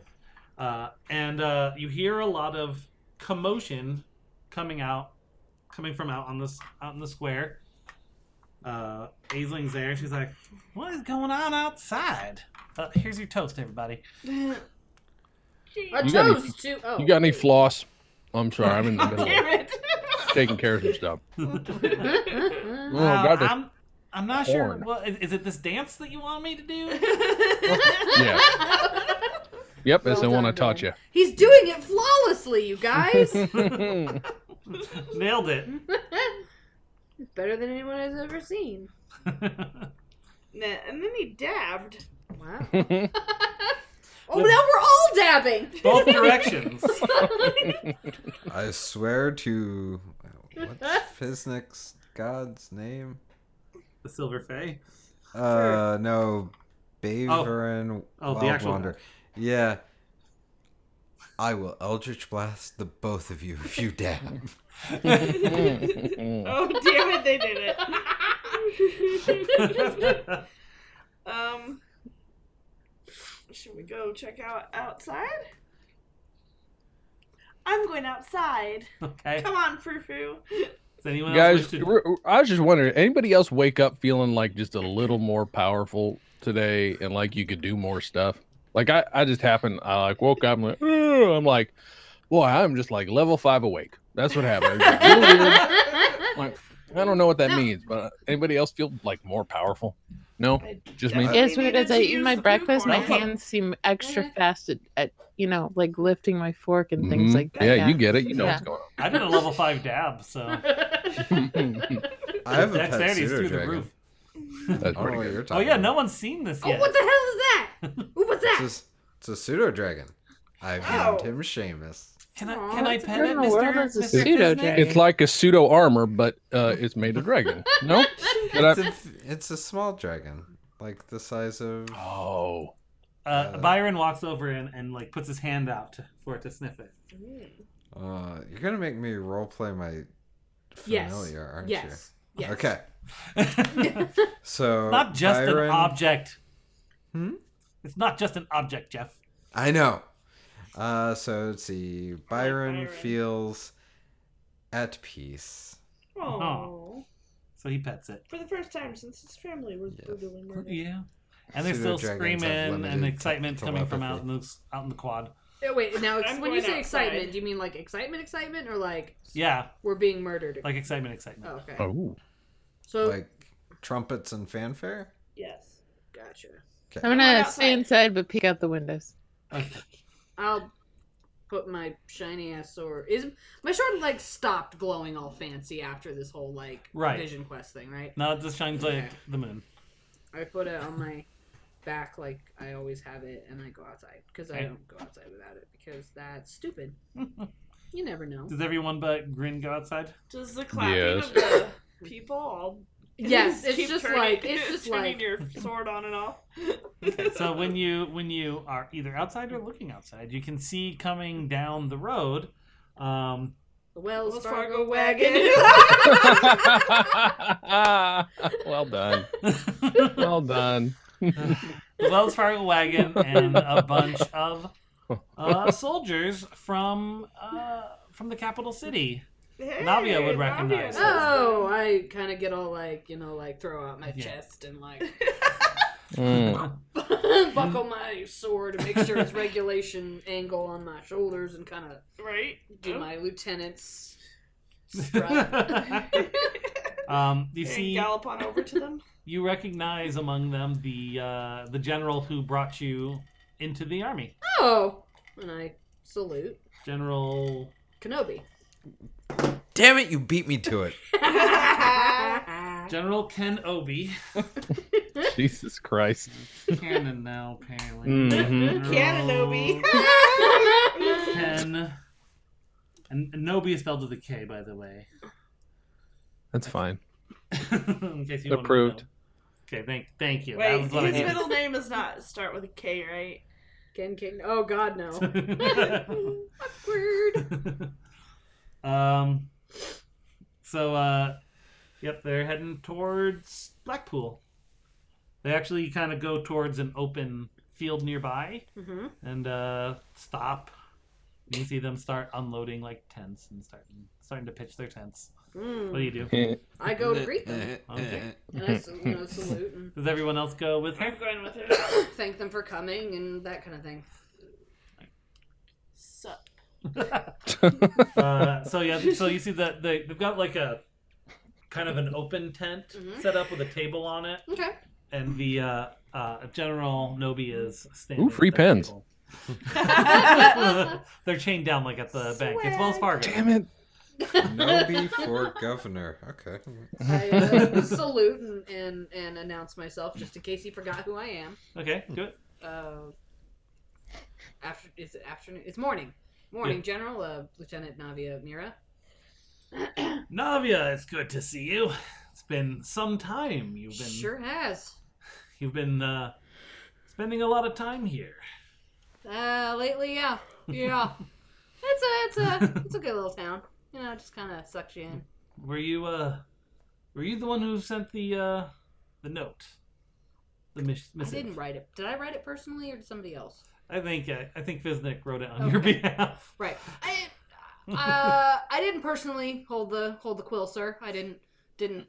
Uh, and uh, you hear a lot of commotion coming out, coming from out on this out in the square. Uh, Aisling's there. She's like, "What is going on outside?" Uh, here's your toast, everybody. A You got any- toast to. Oh. You got any floss? I'm sorry, I'm in the middle Damn of it. taking care of some stuff. Oh, any? Uh, God, I'm, I'm not sure. corn. What, is, is it this dance that you want me to do? this- Oh, yeah. Yep, it's the Well one I done, taught you. Dylan. He's doing it flawlessly, you guys. Nailed it. Better than anyone has ever seen. Nah, and then he dabbed. Wow. oh, now we're all dabbing. Both directions. Oh, I swear to what's Physics God's name? the Silver Fay. Uh no, Baverin Oh, the Wild actual- Wander. Yeah. I will Eldritch Blast the both of you if you dab. Oh damn it, they did it. um should we go check out outside? I'm going outside. okay. Come on, Frou-Frou. Does anyone else Guys, wish to? r- r- I was just wondering, anybody else wake up feeling like just a little more powerful today and like you could do more stuff? Like I, I just happened, I like woke up and like, "Ugh," I'm like, boy, I'm just like level five awake. That's what happened. It's a little weird. I don't know what that No. means, but uh, anybody else feel like more powerful? No, I just me. definitely It's weird needed as I to eat use my the breakfast, my unicorn. hands seem extra Mhm. fast at, at, you know, like lifting my fork and things Mhm. like that. yeah, you get it. You know Yeah. what's going I did a level five dab, so on. I have a pet dexterity's pseudo through the dragon. roof. I That's don't know pretty what good. you're Oh talking yeah, no about. one's seen this Oh, yet. what the hell is that? Ooh, what's It's a, that? s- it's a pseudo dragon. I've Wow. named him Seamus. Can I Aw, can I that's a pet girl it, in the world Mister? that's a pseudo-dragon. It's like a pseudo armor, but uh, it's made of dragon. No. Did I- It's a, it's a small dragon, like the size of. Oh, Uh, Byron walks over and, and like puts his hand out for it to sniff it. Uh, you're gonna make me roleplay my Yes. familiar, aren't Yes. you? Yes. Okay. it's So not just Byron- an object. Hmm? It's not just an object, Jeff. I know. Uh, so let's see. Byron, Byron. feels at peace. Oh. Aw. So he pets it. For the first time since his family was Yes. brutally murdered. Yeah. And they're Pseudo still dragons have screaming and limited excitement coming from out in telepathy. the out in the quad. Oh, wait, now ex- I'm when you going say outside. excitement, do you mean like excitement, excitement, or like Yeah, we're being murdered? like excitement, excitement. oh, okay. oh, So Like trumpets and fanfare. Yes. gotcha. I'm Come on gonna outside. stay inside but peek out the windows. Okay. I'll put my shiny ass sword. Is my sword like stopped glowing all fancy after this whole like Right. vision quest thing, right? Now it just shines like the moon. I put it on my back like I always have it, and I go outside because I Okay. don't go outside without it because that's stupid. you never know. Does everyone but Grin go outside? Does the clapping Yes. of the people all Yes, it's keep just turning- like it's just turning like your sword on and off. Okay, so when you when you are either outside or looking outside, you can see coming down the road. Um, the Wells, Wells Fargo, Fargo wagon. well done, well done. the Wells Fargo wagon and a bunch of uh, soldiers from uh, from the capital city. Hey, Navia would Navia recognize knows oh, them. I kind of get all like you know like throw out my Yeah. chest and like Mm. buckle my sword and make sure it's regulation angle on my shoulders and kind of right? do Oh. my lieutenant's strut. um, you And see, gallop on over to them. you recognize among them the uh, the general who brought you into the army, oh, and I salute General. Kenobi. Damn it! You beat me to it. General Ken Obi. Jesus Christ. Canon now, apparently. Mm-hmm. Mhm. General Canon Obi. Ken. And and Nobi is spelled with a K, by the way. That's fine. In case you wanted to Approved. know. Okay, thank, thank you. Wait, that was his what I needed. middle name does not start with a K, right? Ken King. Oh God, no. Awkward. um, so, uh, yep, they're heading towards Blackpool. They actually kind of go towards an open field nearby hmm and uh, stop. You can see them start unloading like tents and starting starting to pitch their tents. What do you do? I go to greet them Okay. and I sal- you know, salute and Does everyone else go with her? I'm going with her. thank them for coming and that kind of thing. Sup. uh, so yeah, so you see that they, they've got like a kind of an open tent Mm-hmm. Mhm. set up with a table on it, Okay. and the uh, uh, General Nobi is standing. Ooh, free at that pens. table. They're chained down like at the bank. It's Wells Fargo. Damn it. Noby for governor. Okay. I uh, salute and, and, and announce myself just in case he forgot who I am. Okay, do it. Uh, after is it afternoon? It's morning. Morning, General uh, Lieutenant Navia Mira. Navia, it's good to see you. It's been some time. You've been Sure has. you've been uh, spending a lot of time here. Uh, lately, yeah, yeah. it's a it's a it's a good little town. You know, it just kind of sucks you in. Were you uh were you the one who sent the uh the note? The miss- I missive. didn't write it. Did I write it personally or did somebody else? I think uh, I think Viznik wrote it on your Okay. behalf. Right. I uh, I didn't personally hold the hold the quill, sir. I didn't didn't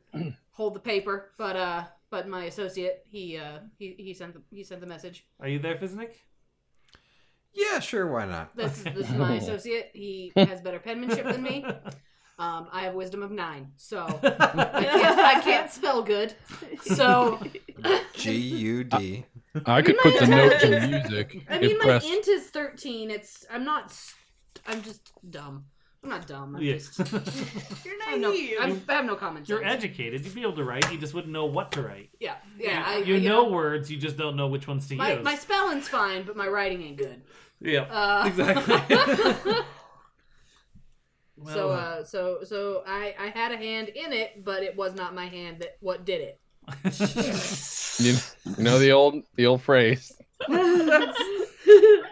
hold the paper, but uh, but my associate he uh he, he sent the he sent the message. Are you there, Viznik? Yeah, sure, why not? This is this is my associate. He has better penmanship than me. Um, I have wisdom of nine, so I can't, I can't spell good. So G U D. I could put the note to music I mean, if my pressed. int is thirteen. It's I'm not. s- I'm just dumb. I'm not dumb. I'm yes. just. You're I have, no, naive. I'm, I have no comment. You're educated. You'd be able to write. You just wouldn't know what to write. Yeah, yeah. I, You, you I- know words. You just don't know which ones to My, use. my spelling's fine, but my writing ain't good. yeah. Uh, Exactly. so, uh, so, so I, I had a hand in it, but it was not my hand that what did it. You, you know the old the old phrase.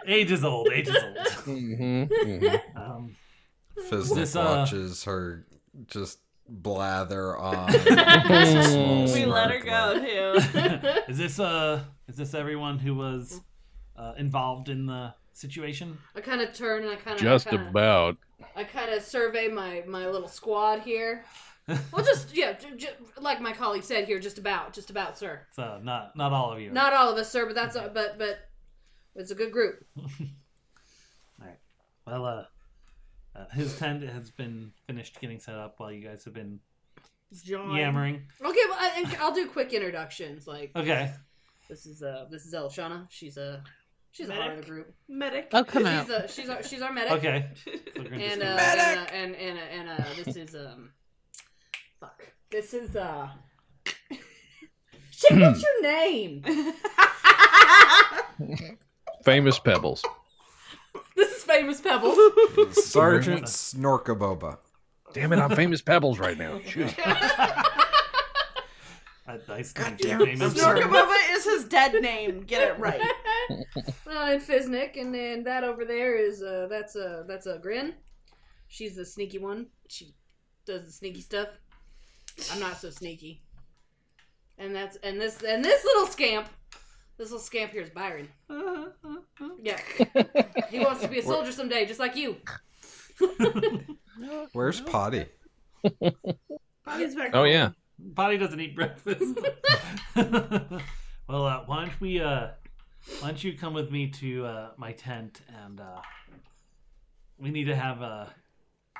ages uh, old. Ages old. hmm hmm Um, Fiznik This, uh, watches her just blather on. It's a small we let her smirk, go like, too. is this uh is this everyone who was uh, involved in the situation? I kind of turn and I kind of Just I kinda, about. I kind of survey my my little squad here. Well, just yeah, j- j- like my colleague said here, just about, just about, sir. So uh, not not all of you. Not all of us, sir, but that's but but it's a good group. Well, uh, uh, his tent has been finished getting set up while you guys have been John. yammering. Okay, well, I, and I'll do quick introductions. Like Okay. this is uh this is Elshana. She's a she's a part of the Medic. group. Medic. I'll Oh, come out. She's a, she's our she's our medic. Okay. and uh, and, uh, and and uh, and uh, this is um, fuck. This is uh, shit. What's your name? Famous Pebbles. This is famous Pebbles. Sergeant Snorkaboba. Damn it, I'm Famous Pebbles right now. Shoot. uh, I, I God damn it, I'm sorry. Snorkabova is his dead name. Get it right. well, and Fiznik, Uh, and then that over there is uh, that's a that's a grin. She's the sneaky one. She does the sneaky stuff. I'm not so sneaky. And that's and this and this little scamp, this little scamp here is Byron. Yeah, he wants to be a soldier someday, just like you. Where's Potty? He's back Oh yeah. Potty doesn't eat breakfast. well, uh, why don't we? Uh, why don't you come with me to uh, my tent and uh, we need to have a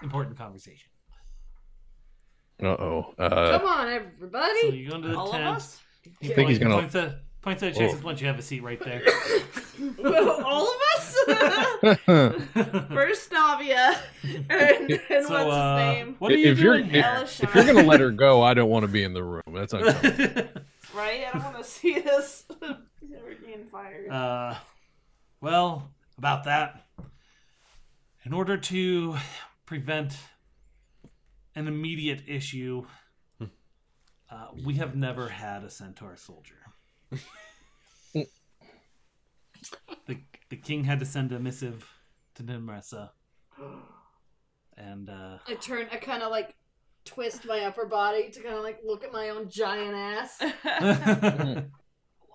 important conversation. Uh-oh. Uh Come on, everybody. So you go into the All of tent. us? He I think he's gonna- points- points at points at Chase. Once you have a seat right there. All of us? First Navia. And, and So, what's uh, his name? What are you if you're doing if, here? if you're gonna let her go, I don't want to be in the room. That's uncomfortable. Right? I don't want to see this. We're getting fired. Uh, well, about that. In order to prevent an immediate issue, uh, we have never had a centaur soldier. the, the king had to send a missive to Nimresa. And uh, I turn, I kind of like twist my upper body to kind of like look at my own giant ass. Uh.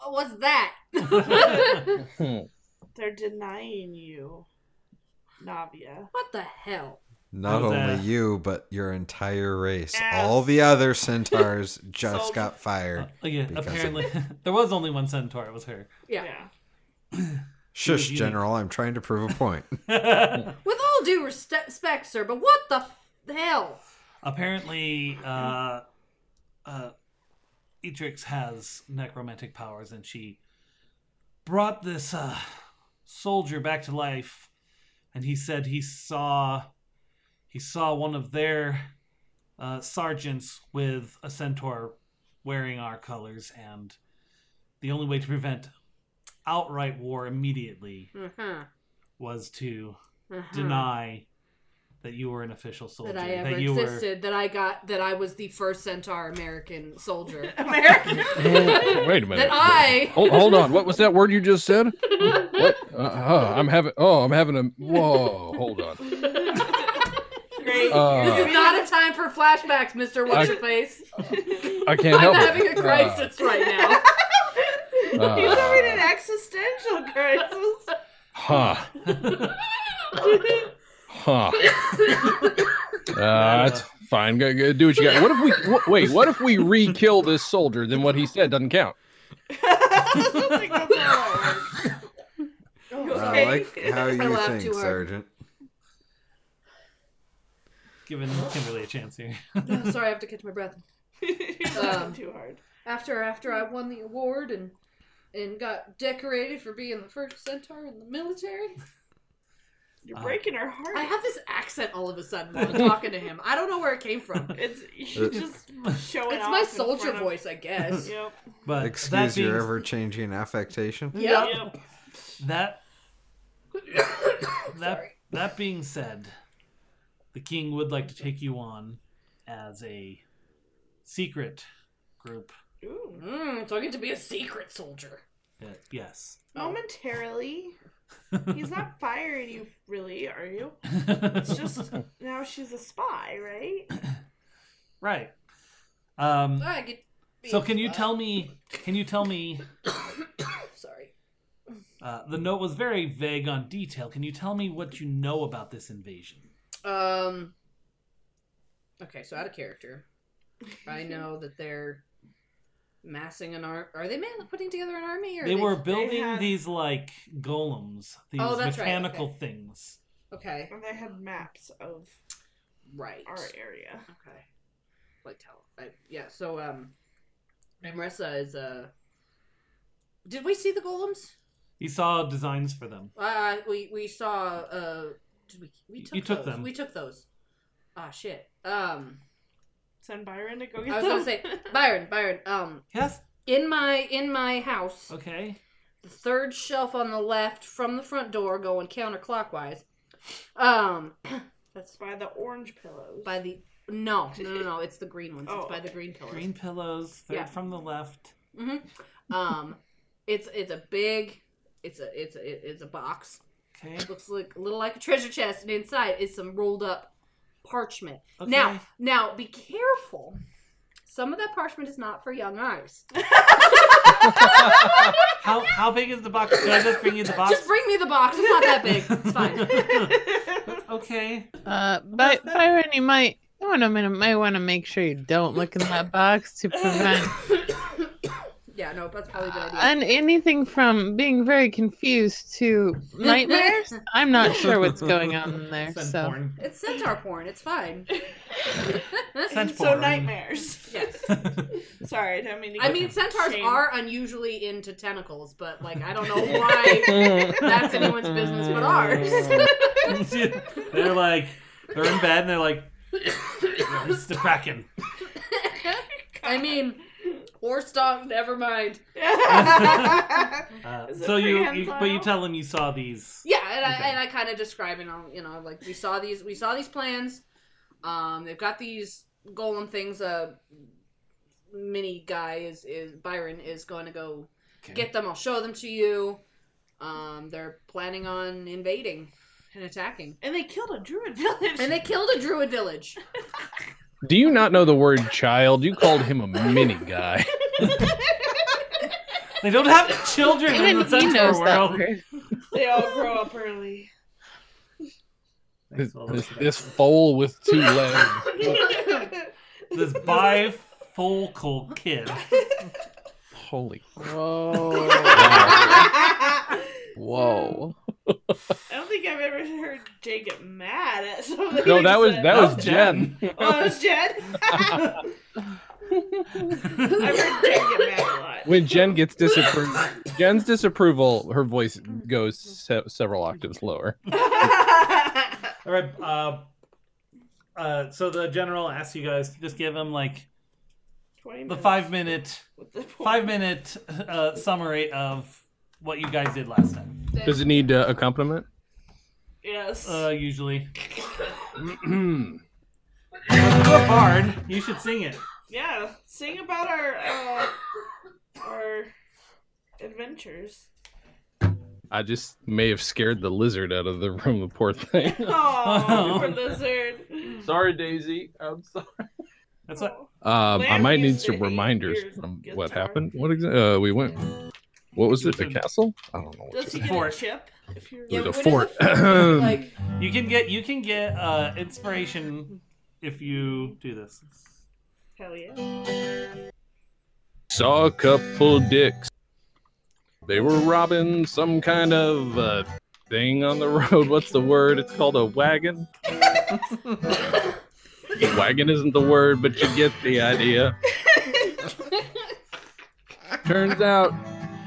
What's that? what They're denying you, Navia. the hell? Not How's only that? you, but your entire race. Ass. All the other centaurs just Soldier. got uh, fired. yeah, Because of- apparently there was only one centaur. It was her. Yeah. Yeah. Shush, unique. General, I'm trying to prove a point. With all due respe- respect, sir, but what the f- hell? apparently uh uh Etrix has necromantic powers and she brought this uh soldier back to life and he said he saw he saw one of their uh, sergeants with a centaur wearing our colors, and the only way to prevent outright war immediately Uh-huh. was to uh-huh. deny that you were an official soldier, that I ever you existed, that I got, that I was the first Centaur American soldier. American. Wait a minute. that I. Hold, hold on. What was that word you just said? What? Uh, huh, I'm having. Oh, I'm having a. Whoa. Hold on. Great. Uh, This is not a time for flashbacks, Mr. What's Your Face. I can't I'm help Uh, having it. a crisis right now. Uh, He's having an uh, existential crisis. huh. Huh. Uh, that's fine. Go, go do what you got. What if we wh- wait? What if we re-kill this soldier? Then what he said doesn't count. I don't think that's how Oh, it works. I like how you laughed think, too hard. Sergeant. giving Kimberly a chance here. Oh, sorry, I have to catch my breath. You're Um, laughing too hard. After after I won the award and and got decorated for being the first centaur in the military, You're Uh, breaking her heart. I have this accent all of a sudden when I'm talking to him. I don't know where it came from. It's you're just showing It's off my in soldier front of- voice, I guess. Yep. But Uh, that Excuse being your ever changing affectation. Yep. Yep. that that that being said, the king would like to take you on as a secret group. Ooh. Mm, so I get to be a secret soldier. Uh, yes. Momentarily, he's not firing you, really, are you? It's just now she's a spy, right? right. Um, I get to be so a can you spy. tell me? Can you tell me? Sorry. Uh, the note was very vague on detail. Can you tell me what you know about this invasion? Um. Okay, so out of character, I know that they're massing an arm. Are they man putting together an army? Or are They were building had- these like golems, these Oh, that's right, mechanical okay. things. okay. Or they had maps of Right. our area. Okay. Like tell. I, yeah. So um, Amressa is uh. Did we see the golems? You saw designs for them. Uh, we we saw uh. Did we we You- took, you took those. them. We took those. Ah shit. Um, Send Byron to go I get was gonna them. say Byron. Byron. Um, Yes. in my in my house. Okay. the third shelf on the left from the front door going counterclockwise. Um that's by the orange pillows. by the no, no, no, no, it's the green ones. Oh, it's by the okay. green pillars. Green pillows, third Yeah. from the left. hmm Um it's it's a big it's a it's a it's a box. Okay. It looks like a little like a treasure chest and inside is some rolled up parchment. okay. Now, now be careful. Some of that parchment is not for young eyes. how how big is the box? Can I just bring you the box? Just bring me the box. It's not that big. It's fine. okay. Uh, but Byron, you might. You want to, might want to make sure you don't look in that box to prevent yeah, no, that's probably a good idea. Uh, and anything from being very confused to nightmares. I'm not sure what's going on in there. Send So porn. It's centaur porn. It's fine. Cent- so porn. nightmares. yes. Sorry, I didn't mean to. I get- mean, centaurs Shame. are unusually into tentacles, but like I don't know why that's anyone's business but ours. they're like they're in bed and they're like "Yeah, it's the kraken. I mean, or stonk. Never mind. Uh, Is it so you, you prehensile? but you tell them you saw these. Yeah, and I Okay. and I kind of describe it. all, You know, like we saw these we saw these plans. Um, they've got these golem things. Uh, mini guy is is Byron is going to go Okay. get them. I'll show them to you. Um, they're planning on invading and attacking. and they killed a druid village. And they killed a druid village. Do you not know the word child? You called him a mini guy. They don't have children in the even he centaur knows that world. word. They all grow up early. This, this, this foal with two legs. This bifocal kid. Holy. Whoa. I Whoa. don't think I've ever heard Jay get mad at something. No, that was that was That's Jen. Oh, that was Jed. I've heard Jay get mad a lot. When Jen gets disapproved, Jen's disapproval, her voice goes se- several octaves lower. All right, uh, Uh, so the general asks you guys to just give him like 20 the minutes five minute with the point. five minute uh, summary of what you guys did last time. Then- Does it need uh, accompaniment? Yes. Uh, usually, Uh, bard, you should sing it. yeah. Sing about our uh, our adventures. I just may have scared the lizard out of the room. The poor thing. Oh, poor lizard. sorry, Daisy. I'm sorry. That's what. Um, I Land might need use that some he reminders hears from gets what hard. happened. What exactly? Uh, we went. What was it? The Gibson. castle? I don't know. What Does it he was. get Fort. a chip? If you're Yeah, With a what is fort. Hmm. fort? like You can get you can get uh, inspiration if you do this. hell yeah. Saw a couple dicks. They were robbing some kind of uh, thing on the road. What's the word? It's called a wagon. wagon isn't the word, but you get the idea. Turns out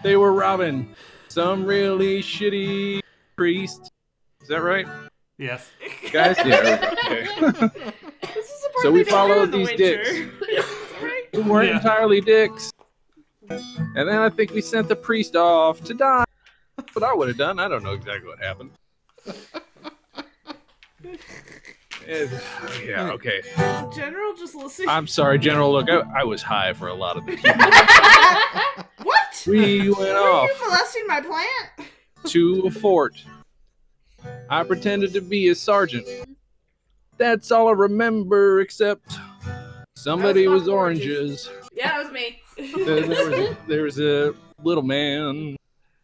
they were robbing some really shitty priest. Is that right, Yes. guys? Yeah. okay. This is the part So they we don't follow do in The these Witcher. Right? who weren't Yeah. entirely dicks. And then I think we sent the priest off to die. That's what I would have done. I don't know exactly what happened. Eh, yeah, okay. General just listening. I'm sorry, General. Look, I, I was high for a lot of this. what? We went Are you off molesting my plant? to a fort. I pretended to be a sergeant. That's all I remember, except somebody I was was popping oranges. yeah, it was me. There, there was, there was a little man.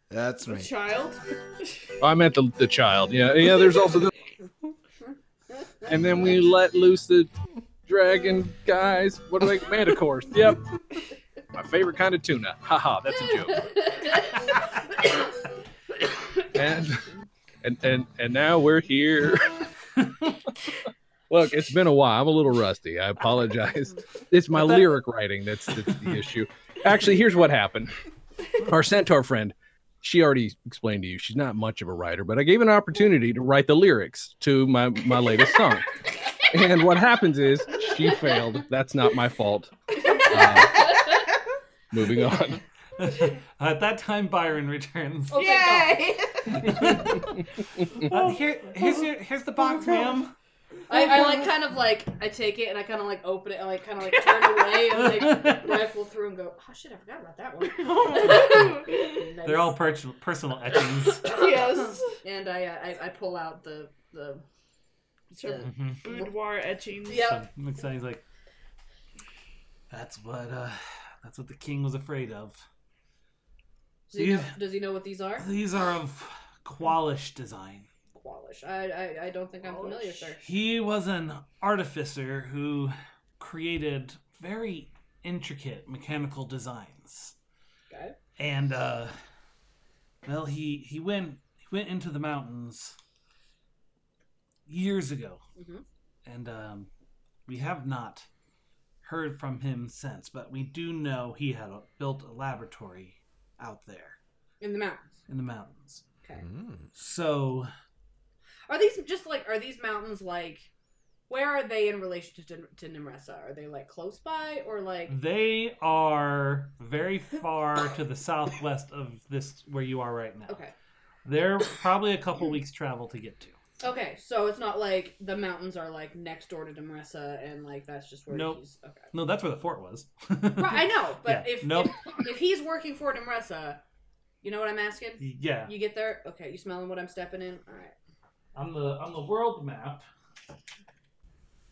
That's The me. child. Oh, I meant the, the child. Yeah, yeah. There's also the. And then we let loose the dragon guys. What are they? Manticores. Yep. My favorite kind of tuna. Haha, that's a joke. And and and, and now we're here. Look, it's been a while. I'm a little rusty. I apologize. It's my But that- lyric writing that's, that's the issue. Actually, here's what happened. Our centaur friend she already explained to you she's not much of a writer, but I gave an opportunity to write the lyrics to my my latest song. And what happens is she failed. That's not my fault. Uh, moving on. At that time, Byron returns. Oh, thank Yay! Uh, here, here's your, here's the box, ma'am. God. I, I like kind of like I take it and I kind of like open it and like kind of like turn away and like rifle through and go. Oh shit, I forgot about that one. Nice. They're all per- personal etchings. yes. And I, uh, I I pull out the the Sure. hmm Boudoir etchings. yeah. So, looks like he's like, that's what uh, that's what the king was afraid of. Does he, know, Yeah. does he know what these are? These are of qualish design. Qualish. I, I I don't think I'm familiar, sir. He was an artificer who created very intricate mechanical designs. Okay. and uh well he he went he went into the mountains years ago Mhm. and um we have not heard from him since but we do know he had a, built a laboratory out there In the mountains. in the mountains Okay. Mm. so Mm-hmm. Are these just like are these mountains like where are they in relation to, to Nimresa? Are they like close by or like Mm-hmm. they are very far to the southwest of this where you are right now okay. they're probably a couple weeks travel to get to Okay, so it's not like the mountains are like next door to Nimresa and like that's just where Nope. he's okay. no that's where the fort was Right, I know, but Yeah, if, nope. if if he's working for Nimresa, you know what I'm asking? yeah You get there? Okay, you smelling what I'm stepping in? All right. on the on the world map,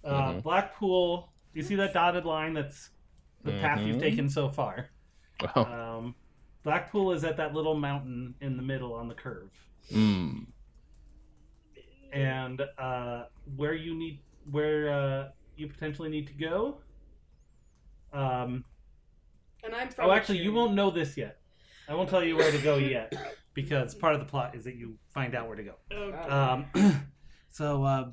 uh, Mhm. Blackpool. You see that dotted line? That's the path you've Mhm. taken so far. Oh. Um, Blackpool is at that little mountain in the middle on the curve, Mm. and uh, where you need where uh, you potentially need to go. Um, And I'm from oh, actually, you Nigeria. won't know this yet. I won't tell you where to go yet, because part of the plot is that you find out where to go. Okay. Uh, Um, so uh,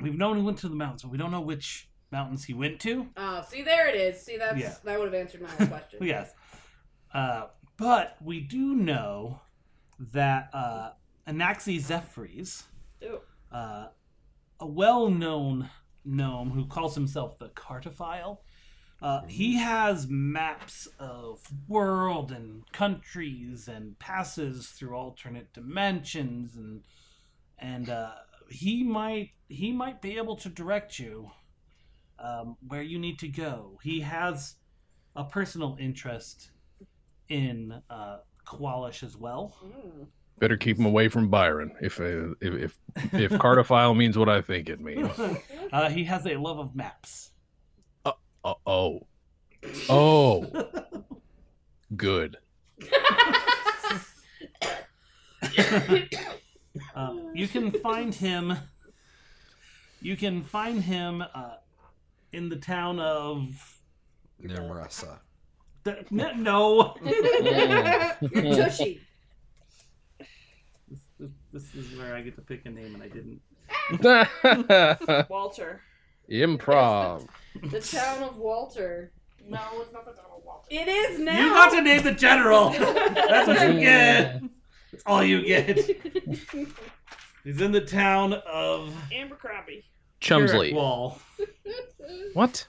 we've known he went to the mountains, but we don't know which mountains he went to. Oh, see there it is. See that's Yeah. that would have answered my whole question. Yes, uh, but we do know that uh, Anaxi Zephres, Ew. uh, a well-known gnome who calls himself the Cartophile. Uh, he has maps of world and countries and passes through alternate dimensions and and uh, he might he might be able to direct you um, where you need to go. He has a personal interest in uh, Qualish as well. Mm. Better keep him away from Byron. If uh, if if, if cardophile means what I think it means. uh, he has a love of maps. Uh oh. Oh, good. Uh, you can find him. You can find him uh, in the town of. Nimrasa. the- no- No, oh. Tushy. this, this, this is where I get to pick a name, and I didn't. Walter. Improv. The town of Walter. No, it's not the Donald Walter. It is now. You got to name the general. That's what you Yeah. get. That's all you get. He's in the town of Amber Crappie. Chumsley. Kirkwall. What?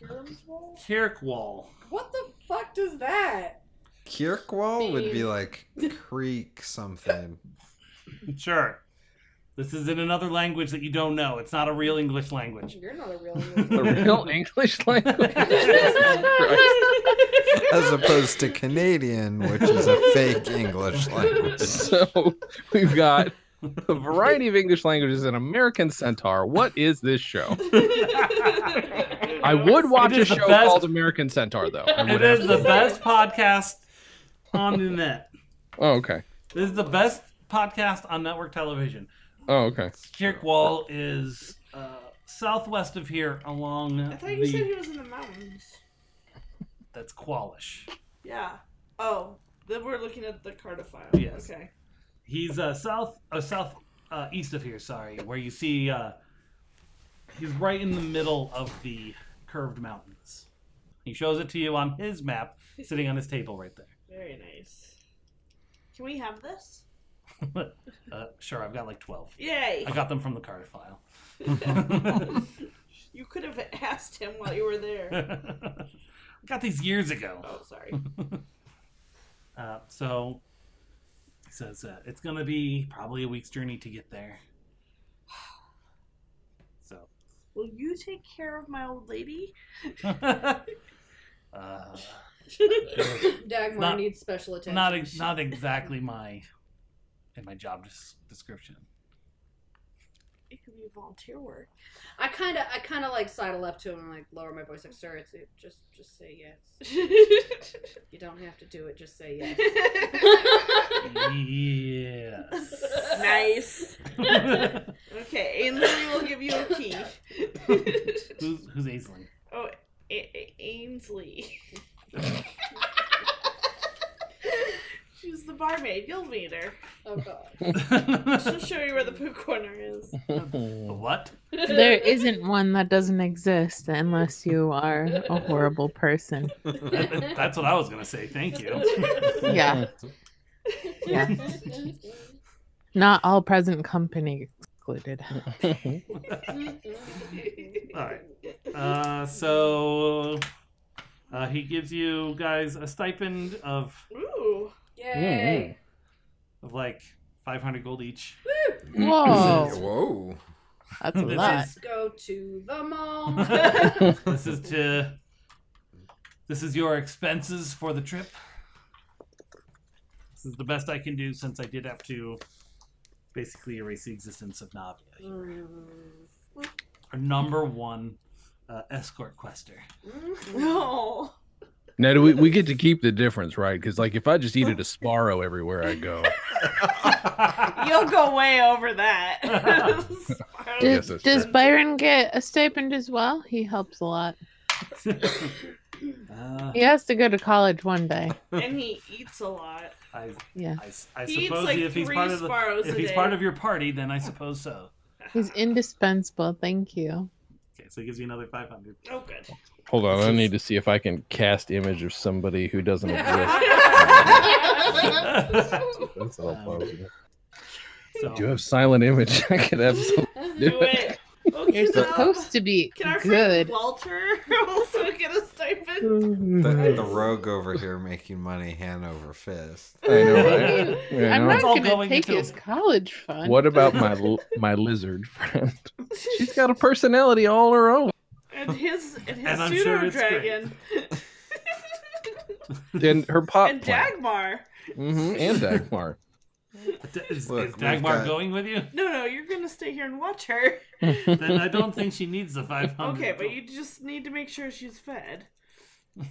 Kirimswall? Kirkwall. What the fuck does that? Kirkwall would be Steve. like creek something. Sure. This is in another language that you don't know. It's not a real English language. You're not a real. The real English language. Jesus Christ. As opposed to Canadian, which is a fake English language. So we've got a variety of English languages and American Centaur. What is this show? I would watch It a is the show best- called American Centaur though. I It would is the absolutely- best podcast on the net. Oh okay. This is the best podcast on network television. Oh okay. Kirkwall is uh, southwest of here along I thought you the... said he was in the mountains. That's Qualish. Yeah. Oh, then we're looking at the Cardophile. Yes. Okay. He's uh, south, uh, south uh, east of here. Sorry, where you see uh, he's right in the middle of the curved mountains. He shows it to you on his map, sitting on his table right there. Very nice. Can we have this? Uh, sure, I've got like twelve. Yay! I got them from the card file. You could have asked him while you were there. I got these years ago. oh, sorry. Uh, so he says uh, it's gonna be probably a week's journey to get there. So Will you take care of my old lady? uh, Dagmar Not- needs special attention. Uh, not ex- not exactly my in my job des- description. It could be volunteer work. I kind of, I kind of like sidle up to him and like lower my voice. Like, sir, it's it, just, just say yes. You don't have to do it. Just say yes. Yeah. nice. who's Okay, Ainsley will give you a key. who's Aisling? oh, a- A- Ainsley. She's the barmaid. You'll meet her. oh god. She'll show you where the poo corner is. The what? there isn't one that doesn't exist unless you are a horrible person. That's what I was gonna say. Thank you. Yeah. Not all present company excluded. Alright. Uh, so uh, he gives you guys a stipend of Ooh. Yay. of like 500 gold each. Oh. Whoa, Whoa. that's a This lot. Let's go to the mall. this is to this is your expenses for the trip this is the best i can do since i did have to basically erase the existence of navia Mm. our number one uh, escort quester No. Now do we, we get to keep the difference, right? Because like if I just eat a Sparrow everywhere I go. You'll go way over that. Did- Smart. Yes, Does, that's does true. Byron get a stipend as well? He helps a lot. Uh, He has to go to college one day. and he eats a lot. I, Yeah. I, I He eats suppose like if he's three part of the, sparrows if a he's day. part of your party then i suppose so He's indispensable. Thank you. okay so he gives you another 500 Oh, good. Hold on, I need to see if I can cast image of somebody who doesn't exist. That's all Um, possible. so Do you have silent image? I could have some Do it. You're You know, supposed to be Can our friend good. Walter also get a stipend? The, the rogue over here making money hand over fist. I know, right? Yeah, I'm no. not It's all going to going take into- his college fund. What about my l- my lizard friend? She's got a personality all her own, and his and his And I'm pseudo sure it's dragon. and her Oh, pop and Dagmar. hmm and Dagmar. D- Is, Look, is we've Dagmar got- going with you? No, no, you're gonna stay here and watch her. Then I don't think she needs the 500. Okay, but you just need to make sure she's fed.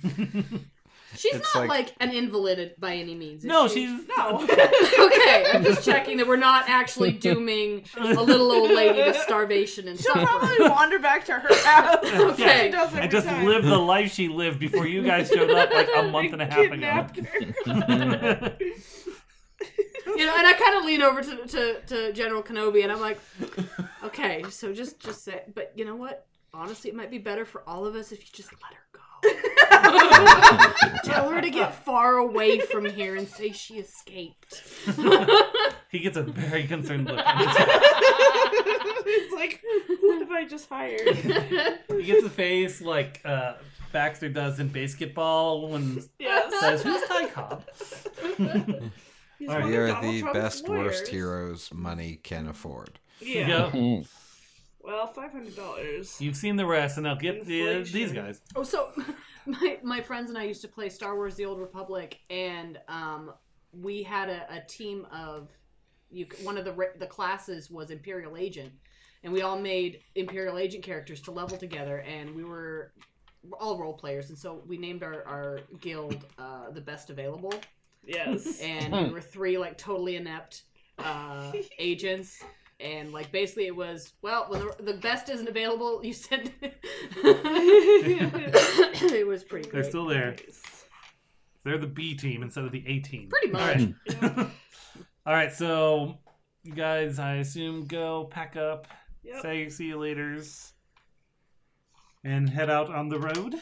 She's It's not like... like- an invalid by any means. is no, she? she's No. okay, I'm just checking that we're not actually dooming a little old lady to starvation and She'll suffering. probably wander back to her house. Okay. She does every I just time. lived the life she lived before you guys showed up like a month and a half ago. Kidnapped her. You know, and I kind of lean over to, to, to General Kenobi and I'm like, okay, so just just say, but you know what? Honestly, it might be better for all of us if you just let her go. Tell her to get far away from here and say she escaped. he gets a very concerned look. it's like, who have I just hired? He gets a face like uh, Baxter does in basketball when Yes. says, "Who's Ty Cobb?" He's All right. one We of are Donald the Trump's best, worst lawyers. heroes money can afford. Yeah. Yeah. Mhm. Well, five hundred dollars. You've seen the rest, and now get the, Inflation. these guys. Oh, so my, my friends and I used to play Star Wars: The Old Republic, and um, we had a, a team of you. c- One of the ra- the classes was Imperial Agent, and we all made Imperial Agent characters to level together, and we were we're all role players, and so we named our our guild uh, the Best Available, Yes. and Hmm. we were three like totally inept uh, agents. And like basically, it was well when the, the best isn't available, you send. it was pretty. They're Great. still there. Nice. They're the B team instead of the A team. Pretty much. All right. All right. So, you guys, I assume go pack up, Yep. say see you later's, and head out on the road.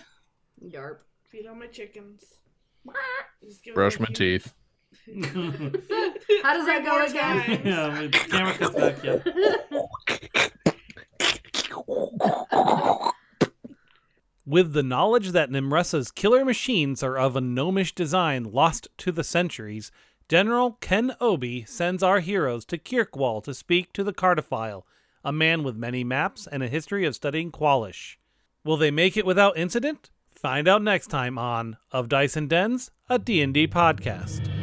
Yarp. Feed all my chickens. Just give Brush them my a few- teeth. yeah, How does that Three go more again? times. with the camera cuts back. Yeah. With the knowledge that Nimressa's killer machines are of a gnomish design lost to the centuries, General Ken Obi sends our heroes to Kirkwall to speak to the Cardophile, a man with many maps and a history of studying Qualish. Will they make it without incident? Find out next time on Of Dice and Dens, a D&D podcast.